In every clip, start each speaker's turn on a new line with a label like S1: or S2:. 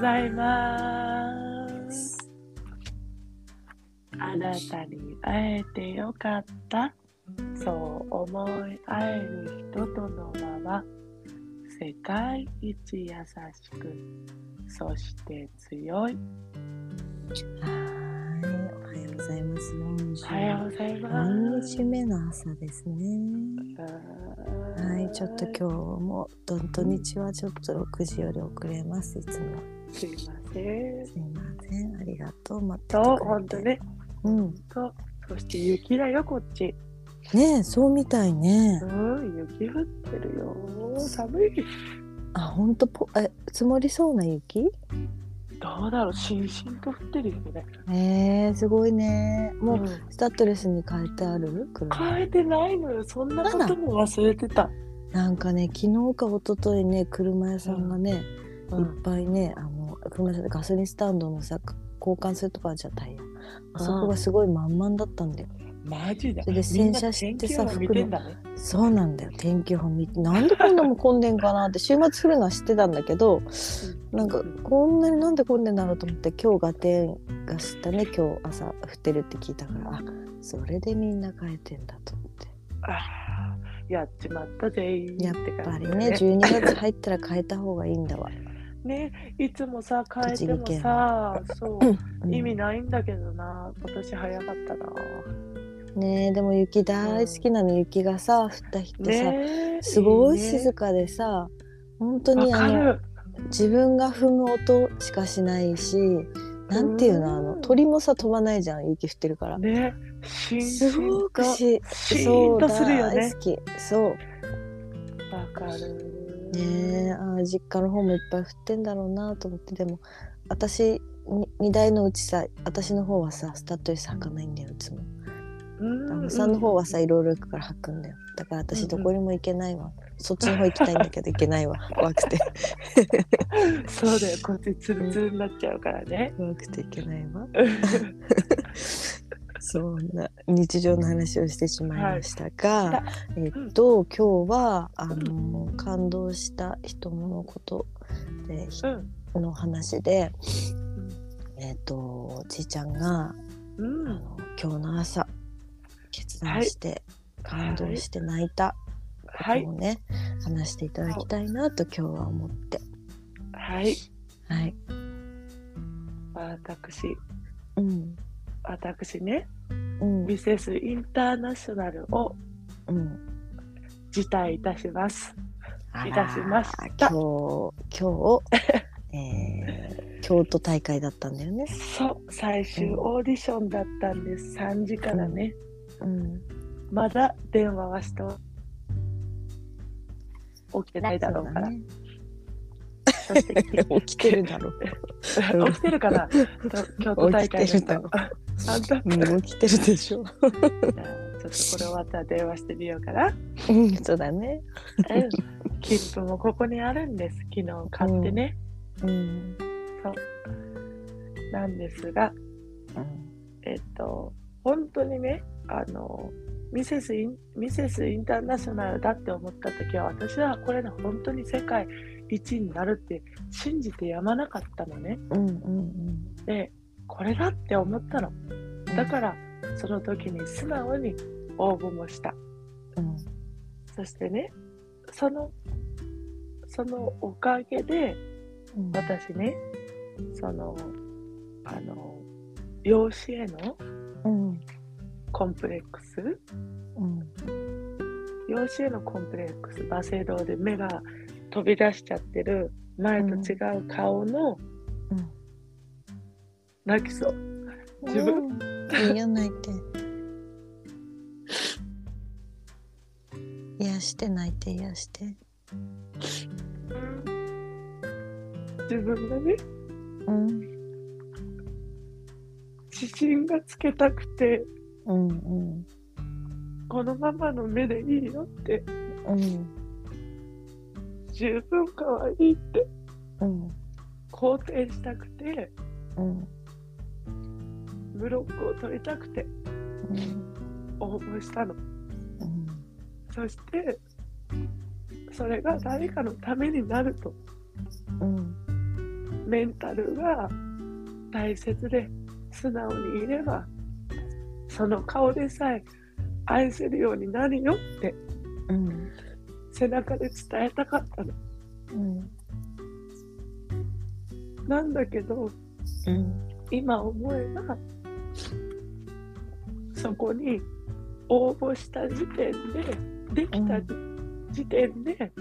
S1: ざいます。あなたに会えてよかった。そう思い合える人とのまま、世界一優しく、そして
S2: は
S1: 強い。
S2: い、おはようございます。
S1: おはようございます。
S2: 4週目の朝ですね。はい、ちょっと今日
S1: 日。
S2: もど土日はちょっと6時より遅れます。いつも
S1: すいません。
S2: すいません。ありがとう。待ってて
S1: そ
S2: くれ
S1: う、
S2: て
S1: ほんとね。
S2: うん。
S1: そう。そして雪だよ、こっち。
S2: ねえ、そうみたいね
S1: う。ん、雪降ってるよ。寒い。
S2: あ、本当ぽえ積もりそうな雪？
S1: どうだろう、しんしんと降ってるよね。
S2: えー、すごいね。もう
S1: う
S2: スタッドレスに変えてある？車。
S1: 変えてないのよ。そんなことも忘れてた。
S2: なんかね、昨日か一昨日ね、車屋さんがね。
S1: う
S2: いっ
S1: ん
S2: ぱいねあのごめんなさいガソリンスタンドのさ交換するとこあるじゃんタイヤあそこがすごい満々だったんだよ、
S1: マジだ。
S2: それで
S1: みん
S2: 洗
S1: な
S2: 車してさ
S1: 天気予報見てんだね。
S2: そうなんだよ天気予報見てなんでこんなも混んでんかなって週末降るのは知ってたんだけどなんかこんなになんで混んでんだろうと思って今日ガテンがしたね今日朝降ってるって聞いたからあそれでみんな変えてんだと思って
S1: あーやっちまった全員
S2: や
S1: っ
S2: ってぱ
S1: 感じ
S2: り
S1: だ
S2: ね
S1: ね。
S2: 12月入ったら変えた方がいいんだわ、
S1: ね、いつもさ変えて
S2: 栃木
S1: も
S2: 県
S1: さ、そう
S2: うん
S1: 意味ないんだけどな。今年早かったな。
S2: ねえでも雪大好きなの雪がさ降った日ってさ、
S1: ね、
S2: すごい
S1: ね
S2: 静かでさ本当に
S1: わ
S2: あ
S1: か
S2: の
S1: る。
S2: 自分が踏む音しかしないしなんていうのあの
S1: うん
S2: 鳥もさ飛ばないじゃん雪降ってるから。
S1: ね、しんし
S2: す
S1: ん
S2: ご
S1: と
S2: くし
S1: シー
S2: そ
S1: ン
S2: う
S1: とするよね
S2: 大好きそう
S1: わかる。
S2: ねえあー実家の方もいっぱい降ってんだろうなと思ってでも私2台のうちさ私の方はさスタッドレス履かないんだよいつも
S1: うん
S2: あ
S1: うん
S2: のさんの方はさいろいろ行くから履くんだよだから私どこにも行けないわ、そっちの方行きたいんだけど行けないわ怖くて
S1: そうだよ、こっちツルツルになっちゃうからね。
S2: 怖くていけないわ。そんな日常の話をしてしまいましたが、えっと今日はあの、感動した人のことでひ
S1: うん。
S2: の話で、えっとちいちゃんが、あ
S1: うん。
S2: の今日の朝決断して、感動して泣いたこ
S1: はい
S2: とを。ね、話していただきたいなと今日は思って
S1: はい。
S2: はい、
S1: 私、
S2: うん
S1: 私ね、
S2: うん
S1: ミセスインターナショナルを
S2: うん、
S1: 辞退いたします。
S2: あら
S1: いたしました
S2: 今日今日、えー、京都大会だったんだよね。
S1: そう、最終オーディションだったんです。3時からね。
S2: うん、
S1: まだ電話はして起きてないだろうから。
S2: ね、
S1: そして
S2: 起きてるだろう。
S1: 起きてるかな 京都大会の
S2: 起きてるだろ
S1: 人
S2: う。
S1: あんた
S2: うん、起きてるでしょ。
S1: じゃあちょっとこれ終わったら電話してみようかな。
S2: うん、そうだね。
S1: 切符もここにあるんです。昨日買ってね。
S2: うん、
S1: なんですが、
S2: うん、
S1: えっと、本当にね、あの、ミセスインミセスインターナショナルだって思った時は私はこれで本当に世界一になるって信じてやまなかったのね
S2: うん、うん、
S1: でこれだって思ったの
S2: うん。
S1: だからその時に素直に応募もした
S2: ら、うん、
S1: そしてねそのそのおかげで
S2: うん、
S1: 私ねそのあの養子への
S2: うん、
S1: コンプレックス
S2: うん、
S1: 養子へのコンプレックスバセドウで目が飛び出しちゃってる前と違う顔の、
S2: うん
S1: 泣きそう自分
S2: うん。いいよ泣いて。癒して泣いて癒して。
S1: 自分がね
S2: うん、
S1: 自信がつけたくて
S2: うん、うん、
S1: このままの目でいいよって
S2: うん、
S1: 十分可愛いって
S2: うん、
S1: 肯定したくて
S2: うん、
S1: ブロックを取りたくて
S2: うん、
S1: 応募したの
S2: うん。
S1: そしてそれが誰かのためになると
S2: うん
S1: メンタルが大切で素直にいればその顔でさえ愛せるようになるよって
S2: うん
S1: 背中で伝えたかったの
S2: うん
S1: なんだけど
S2: うん
S1: 今思えばそこに応募した時点でできた時時点で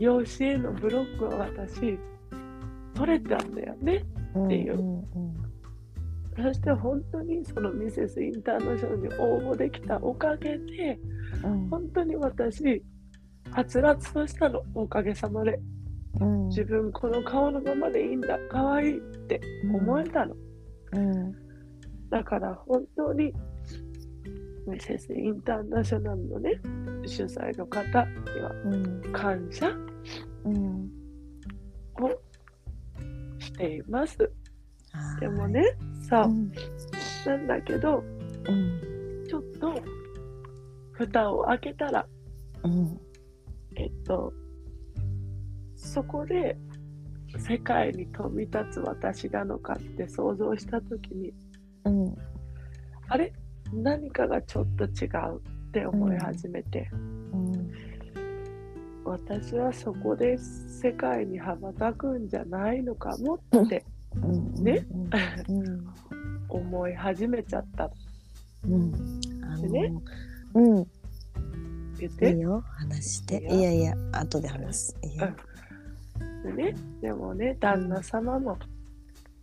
S1: 養子へのブロックは私取れたんだよね
S2: うん
S1: っていう
S2: うん
S1: そして本当にそのミセスインターナショナルに応募できたおかげで
S2: うん
S1: 本当に私はつらつとしたのおかげさまで
S2: うん
S1: 自分この顔のままでいいんだ可愛い思えたの、
S2: うん
S1: だから本当にミセスインターナショナルのね主催の方には
S2: うん
S1: 感謝
S2: うん
S1: をしています
S2: あー
S1: でもねさあ
S2: うん
S1: なんだけど
S2: うん
S1: ちょっと蓋を開けたら
S2: うん
S1: えっとそこで世界に飛び立つ私なのかって想像した時に
S2: うん
S1: あれ何かがちょっと違うって思い始めて、
S2: うん
S1: 私はそこで世界に羽ばたくんじゃないのかもって
S2: うん
S1: ね
S2: うん
S1: 思い始めちゃったって
S2: うんあの
S1: ね
S2: うん
S1: 言っ
S2: い
S1: て
S2: いよ話して
S1: いいよ
S2: いやいや後で話すいいよ
S1: でねでもね旦那様も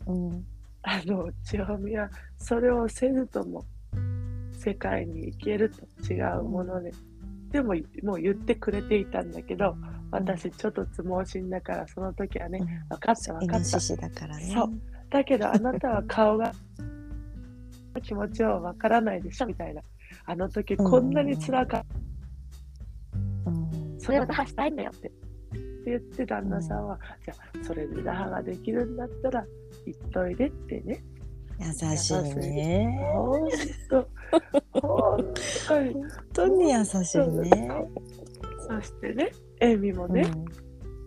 S2: うん
S1: あの千穂美はそれをせずとも世界に行けると違うもので、でももう言ってくれていたんだけど私ちょっとつ盲信だからその時はね分かった
S2: イ
S1: 分か
S2: ノ
S1: った
S2: シシだからね
S1: そうだけどあなたは顔が 気持ちは分からないでしょみたいなあの時こんなに辛かった、
S2: うん
S1: それを打破したいんだよってって言って旦那さんは、じゃあそれで打破ができるんだったら行っといでってね
S2: 優しいね
S1: ほんと、ほんとに。
S2: 本当に優しいね
S1: そしてね、エミもね、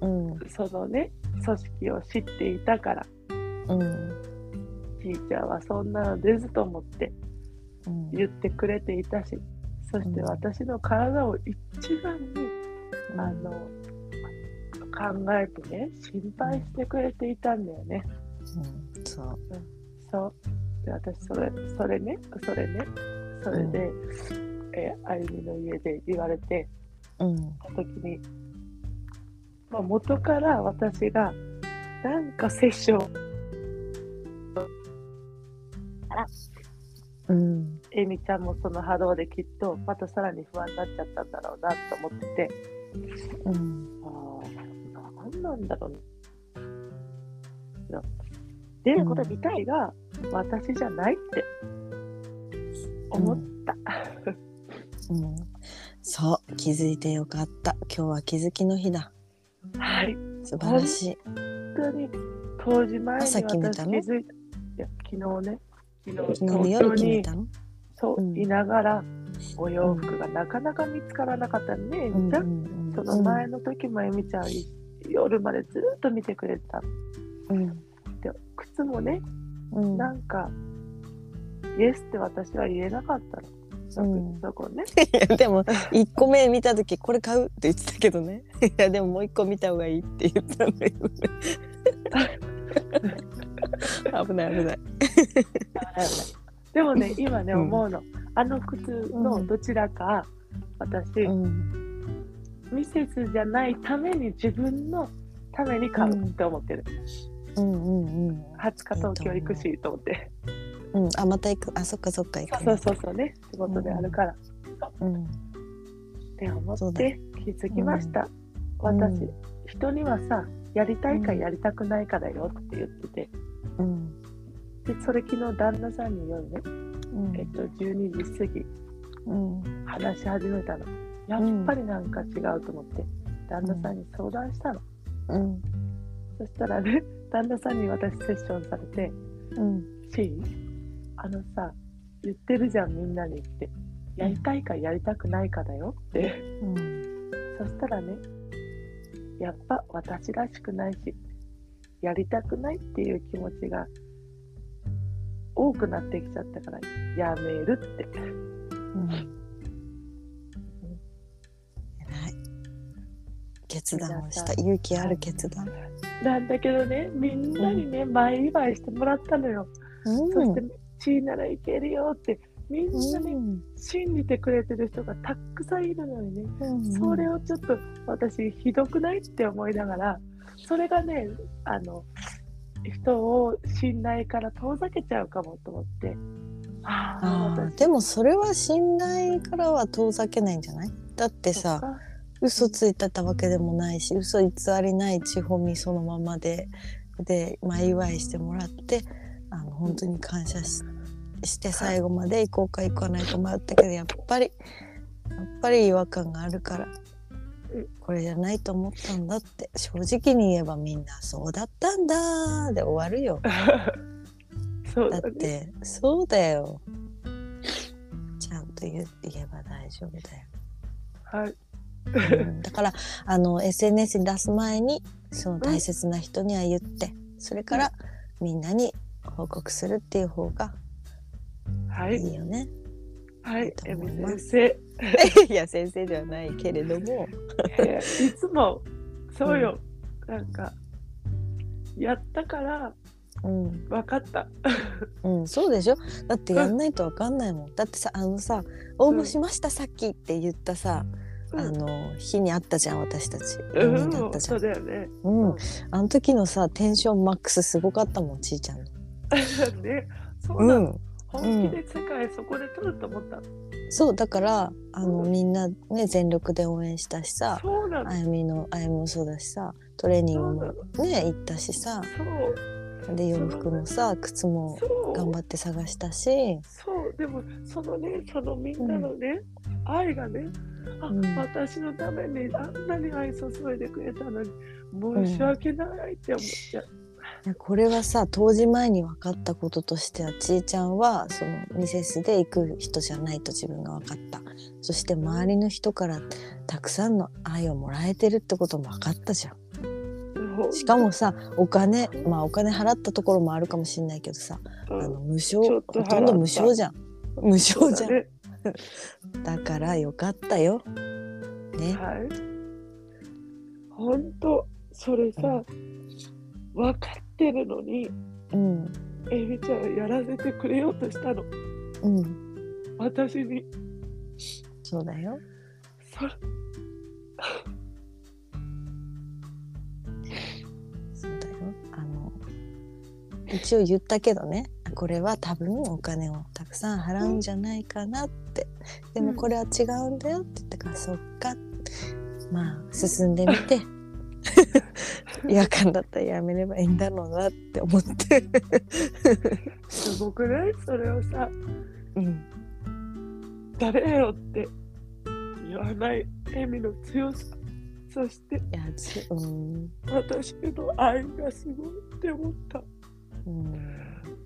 S2: うんうん
S1: そのね、組織を知っていたから、
S2: うん
S1: ちーちゃんはそんなの出ずと思って
S2: うん
S1: 言ってくれていたし、そして私の体を一番に、あの、考えてね、心配してくれていたんだよね。
S2: うんそう
S1: そう。で、私、それ、それね、それね、それで、え、あゆみの家で言われて、
S2: うん
S1: 時に、まあ、元から私がなんかセッション
S2: うん
S1: えみちゃんもその波動できっとまたさらに不安になっちゃったんだろうなと思ってて
S2: うん
S1: ああ何なんだろうね出ること自体が私じゃないって思った、
S2: うんそう気づいてよかった今日は気づきの日だ
S1: はい
S2: 素晴らしい
S1: 本当に当時前に私
S2: 朝
S1: 気
S2: 決めたの
S1: づいたいや昨日ね昨日
S2: 昨日の
S1: 東
S2: 夜
S1: 京
S2: 決め
S1: に
S2: たの
S1: そう、
S2: うん
S1: いながらお洋服がなかなか見つからなかったんで、え
S2: う
S1: み
S2: ん
S1: ち
S2: う
S1: ゃん、
S2: ん
S1: その前の時もえみちゃんい夜までずっと見てくれてた
S2: うん
S1: で靴もね
S2: うん
S1: なんか、イエスって私は言えなかったの。そ
S2: うん
S1: そこね、
S2: いや でも1個目見た時これ買うって言ってたけどね いやでももう1個見た方がいいって言った んだけどね危ない危ない
S1: でもね今ね
S2: うん
S1: 思うの、あの靴のどちらか私、
S2: うん
S1: ミセスじゃないために自分のために買うって思ってる、
S2: うんうんうん
S1: 20日東京行くしと思って
S2: うんあまた行くあそっかそっか行く
S1: そうそうそうね仕事であるから、
S2: うん
S1: って思
S2: そう
S1: っ
S2: だ
S1: て気づきました、
S2: うん
S1: 私、人にはさやりたいか
S2: うん
S1: やりたくないかだよって言ってて
S2: うん
S1: でそれ昨日旦那さんに夜ね、
S2: うん
S1: えっと、12時過ぎ
S2: うん
S1: 話し始めたのやっぱりなんか違うと思って旦那さんに相談したの、
S2: うん
S1: そしたらね旦那さんに私セッションされて
S2: うん
S1: 「シーあのさ言ってるじゃんみんなに」って「やりたいかやりたくないかだよ」って
S2: うん
S1: そしたらね、やっぱ私らしくないし、やりたくないっていう気持ちが多くなってきちゃったからやめるって
S2: うん偉い決断をした勇気ある決断。
S1: なんだけどねみんなにね前祝いしてもらったのよ、
S2: うん
S1: そして地位ならいけるよってみんなね、
S2: うん
S1: 信じてくれてる人がたくさんいるのにね
S2: うん
S1: それをちょっと私ひどくないって思いながらそれがねあの人を信頼から遠ざけちゃうかもと思ってあ
S2: あー
S1: 私
S2: でもそれは信頼からは遠ざけないんじゃないだって
S1: そっ
S2: さ
S1: か
S2: 嘘ついたったわけでもないし嘘偽りない地方にそのままでで、まあ、祝いしてもらってあの本当に感謝しして最後まで行こうか行かないか迷ったけどやっぱりやっぱり違和感があるから
S1: うん
S2: これじゃないと思ったんだって正直に言えばみんなそうだったんだで終わるよ。
S1: そう
S2: だ
S1: だ
S2: っ
S1: ね
S2: てそうだよちゃんと言う言えば大丈夫だよ
S1: はい、
S2: うんだからあの SNS に出す前にその大切な人には言ってそれからみんなに報告するっていう方が
S1: はいい、
S2: いよね。
S1: はい
S2: いい
S1: い
S2: と、
S1: エ
S2: 思い
S1: ミ
S2: ま
S1: 先
S2: す
S1: 生
S2: いや先生ではないけれども、
S1: いやいつもそうよ、なんかやったから
S2: うん
S1: 分かった
S2: うん、そうでしょだってやんないとわかんないもんだってさあのさ「応募しましたさっき」って言ったさ、
S1: うん
S2: あの日にあったじゃん私たち。
S1: う
S2: 4人だっ
S1: ん
S2: たじゃ
S1: そ
S2: ん
S1: うだよね
S2: うん、あの時のさテンションマックスすごかったもんちいちゃんの。
S1: ねそうなの、
S2: うん、
S1: 本気で世界そこで取ると思った、
S2: そうだからあの、
S1: うん
S2: みんなね全力で応援したしさ
S1: そうなの
S2: あやみのあやみもそうだしさトレーニングもね行ったしさ
S1: そう
S2: で洋服もさ靴も
S1: そう
S2: 頑張って探したし、
S1: そうでもそのねそのみんなのね、愛がねあ、
S2: うん
S1: 私のためにあんなに愛注いでくれたのに申し訳ないって思っちゃう、
S2: いやこれはさ当時前に分かったこととしてはちいちゃんはそのミセスで行く人じゃないと自分が分かったそして周りの人からたくさんの愛をもらえてるってことも分かったじゃん。
S1: そう
S2: しかもさお金まあお金払ったところもあるかもしれないけどさ、
S1: うん
S2: あの無償
S1: ちょっと
S2: ほ
S1: 払った
S2: とんど無償じゃん無
S1: そ
S2: 償
S1: う
S2: じゃ
S1: だ
S2: んだ,、
S1: ね
S2: からよかったよね、
S1: はい本当それさ、分かってるのに
S2: うん
S1: エビちゃんやらせてくれようとしたの
S2: うん
S1: 私に
S2: そうだよ
S1: それ
S2: そうだよあの一応言ったけどねこれは多分お金をたくさん払うんじゃないかなって、で
S1: う
S2: も
S1: ん
S2: これは違うんだよって言ったから、そっかまあ進んでみ て違和感だったらやめればいいんだろうなって思って。
S1: すごくないそれをさ
S2: うん
S1: 誰よって言わないエミの強さそして
S2: いやつうん、
S1: 私への愛がすごいって思った
S2: うん、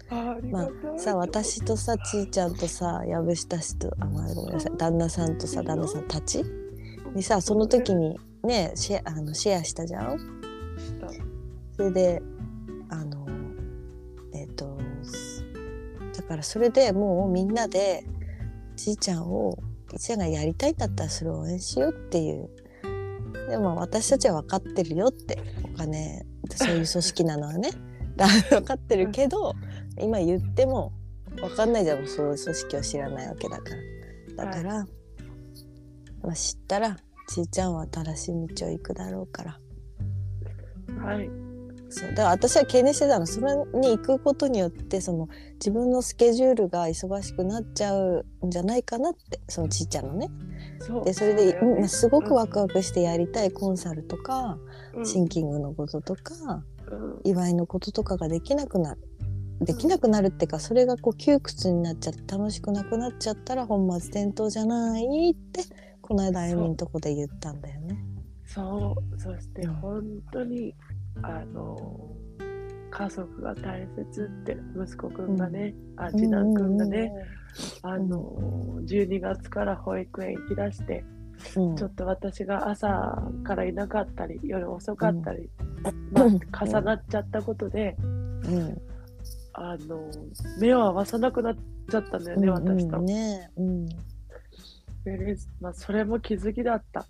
S1: あありがたいって思った
S2: さ私とさちーちゃんとさ藪下氏とあまあごめんなさい旦那さんとさ
S1: いいよ
S2: 旦那さんたちにさその時にねシェアあのシェアしたじゃん
S1: した
S2: それであのえっ、とすだからそれでもうみんなでちーちゃんをちーちゃんがやりたいんだったらそれを応援しようっていうでも私たちは分かってるよってお金そういう組織なのはね だ分かってるけど今言っても分かんないじゃんそういう組織を知らないわけだからだから、まあ、知ったらちーちゃんは新しい道を行くだろうから
S1: はい
S2: そうだから私は懸念してたのそれに行くことによってその自分のスケジュールが忙しくなっちゃうんじゃないかなってそのちいちゃんのね。
S1: そう
S2: でそれで、
S1: うだよ
S2: う
S1: ね
S2: んすごくワクワクしてやりたいコンサルとか、
S1: うん
S2: シンキングのこととか
S1: うん
S2: 祝いのこととかができなくなる。できなくなるっていうかそれがこう窮屈になっちゃって楽しくなくなっちゃったら本末転倒じゃないってこの間あゆみんとこで言ったんだよね。
S1: そうそして本当にあの家族が大切って息子くんがね、あ次男くんがね、あの12月から保育園行きだして
S2: うん、うん
S1: ちょっと私が朝からいなかったり夜遅かったりまあ、
S2: うん
S1: 重なっちゃったことで、
S2: うん
S1: あの目を合わさなくなっちゃったんだよね、
S2: うん
S1: 私と
S2: うん、ねうん
S1: でまあ、それも気づきだった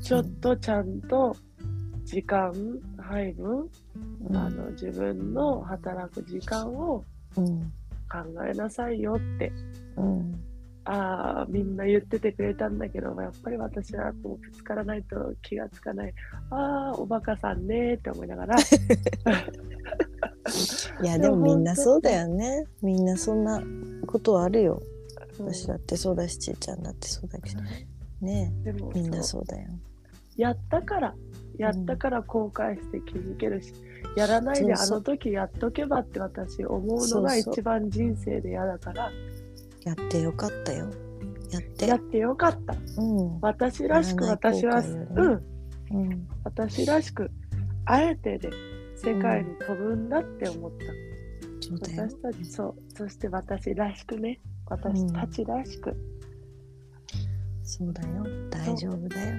S1: ちょっとちゃんと時間配分、
S2: うん
S1: あの自分の働く時間を
S2: うん
S1: 考えなさいよって
S2: うん
S1: ああみんな言っててくれたんだけどやっぱり私はこうぶつからないと気がつかないああおバカさんねーって思いながら
S2: いや
S1: で
S2: で
S1: も
S2: もみんなそうだよねみんなそんなことはあるよ私だってそうだしちーちゃんだってそうだしね
S1: でも
S2: えみんなそ
S1: そう
S2: うだよ
S1: やったからやったから後悔して気づけるし、やらないで
S2: そう
S1: あ
S2: そう
S1: の時やっとけばって私思うのが
S2: そうそう
S1: 一番人生で嫌だから
S2: やってよかったよやって
S1: やってよかった
S2: うん
S1: 私らしく
S2: やらない
S1: 私
S2: 後
S1: は、
S2: 悔よりね
S1: うん
S2: うん
S1: 私らしくあえてで世界に飛ぶんだって思った、
S2: そうだよ
S1: 私たちそうそして私らしくね私たちらしく、
S2: そうだよ大丈夫だよ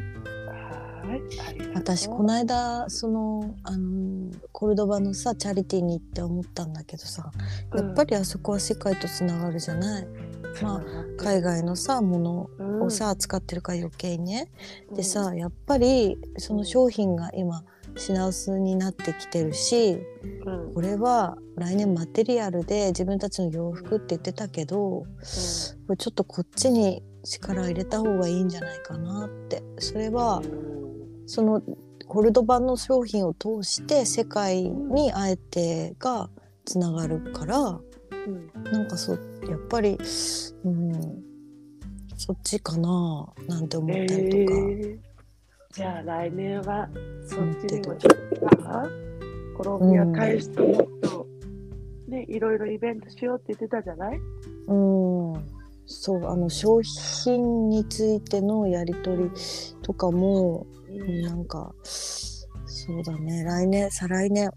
S1: はーいありがとう
S2: 私この間そのあのコルドバのさチャリティーに行って思ったんだけどさやっぱりあそこは世界とつながるじゃないまあ海外のさものをさ扱ってるから余計にね。でさやっぱりその商品が今品薄になってきてるしこれは来年マテリアルで自分たちの洋服って言ってたけどこれちょっとこっちに力を入れた方がいいんじゃないかなってそれはそのコルドバの商品を通して世界にあえてがつながるからなんかそうやっぱり、うん、そっちかななんて思
S1: え
S2: ったりとか、
S1: ーじゃあ来年はそっちにも
S2: 思っ
S1: ちょっとあコロンビア大使ともっと、ねいろいろイベントしようって言ってたじゃない、
S2: うん、そうあの商品についてのやり取りとかもなんかそうだね来年再来年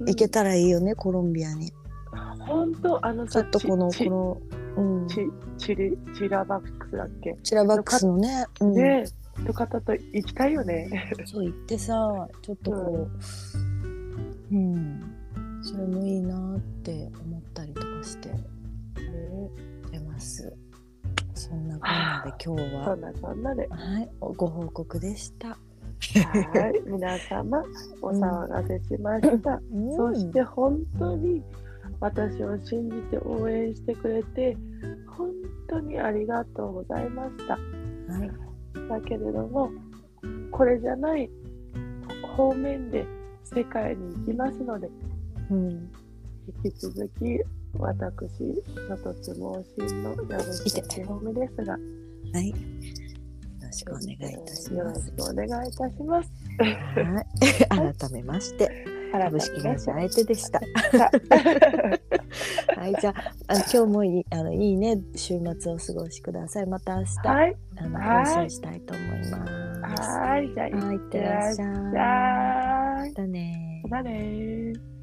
S1: うん
S2: 行けたらいいよね、コロンビアに
S1: 本当あの
S2: ちょ
S1: さ
S2: っとこの
S1: チ
S2: この、うん、
S1: チチリチラバックスだっけ、
S2: チラバックスのね、うん、
S1: ねと方と行きたいよね
S2: そう言ってさちょっとこううん、それもいいなって思ったりとかして出ますそんなこんなで今日
S1: そ
S2: は
S1: んなそんなで
S2: はいご報告でした、
S1: はい皆様お騒がせしました、
S2: うん
S1: そして本当に私を信じて応援してくれて本当にありがとうございました
S2: はい
S1: だけれどもこれじゃない方面で世界に行きますので
S2: うん、
S1: 引き続き私のとつ盲信の矢部ちほみですが
S2: はいよろしくお願いいたしま
S1: よろし
S2: す
S1: くお願いいたします
S2: はい 改めまして株式会社相手でしたはいじゃあ あの今日もいいあのいいね週末をお過ごしくださいまた明日、
S1: はい
S2: あの
S1: はい
S2: 放送したいと思います。
S1: はいじゃあい
S2: はい、いってらっしゃい。
S1: っしゃーい
S2: またね
S1: またねー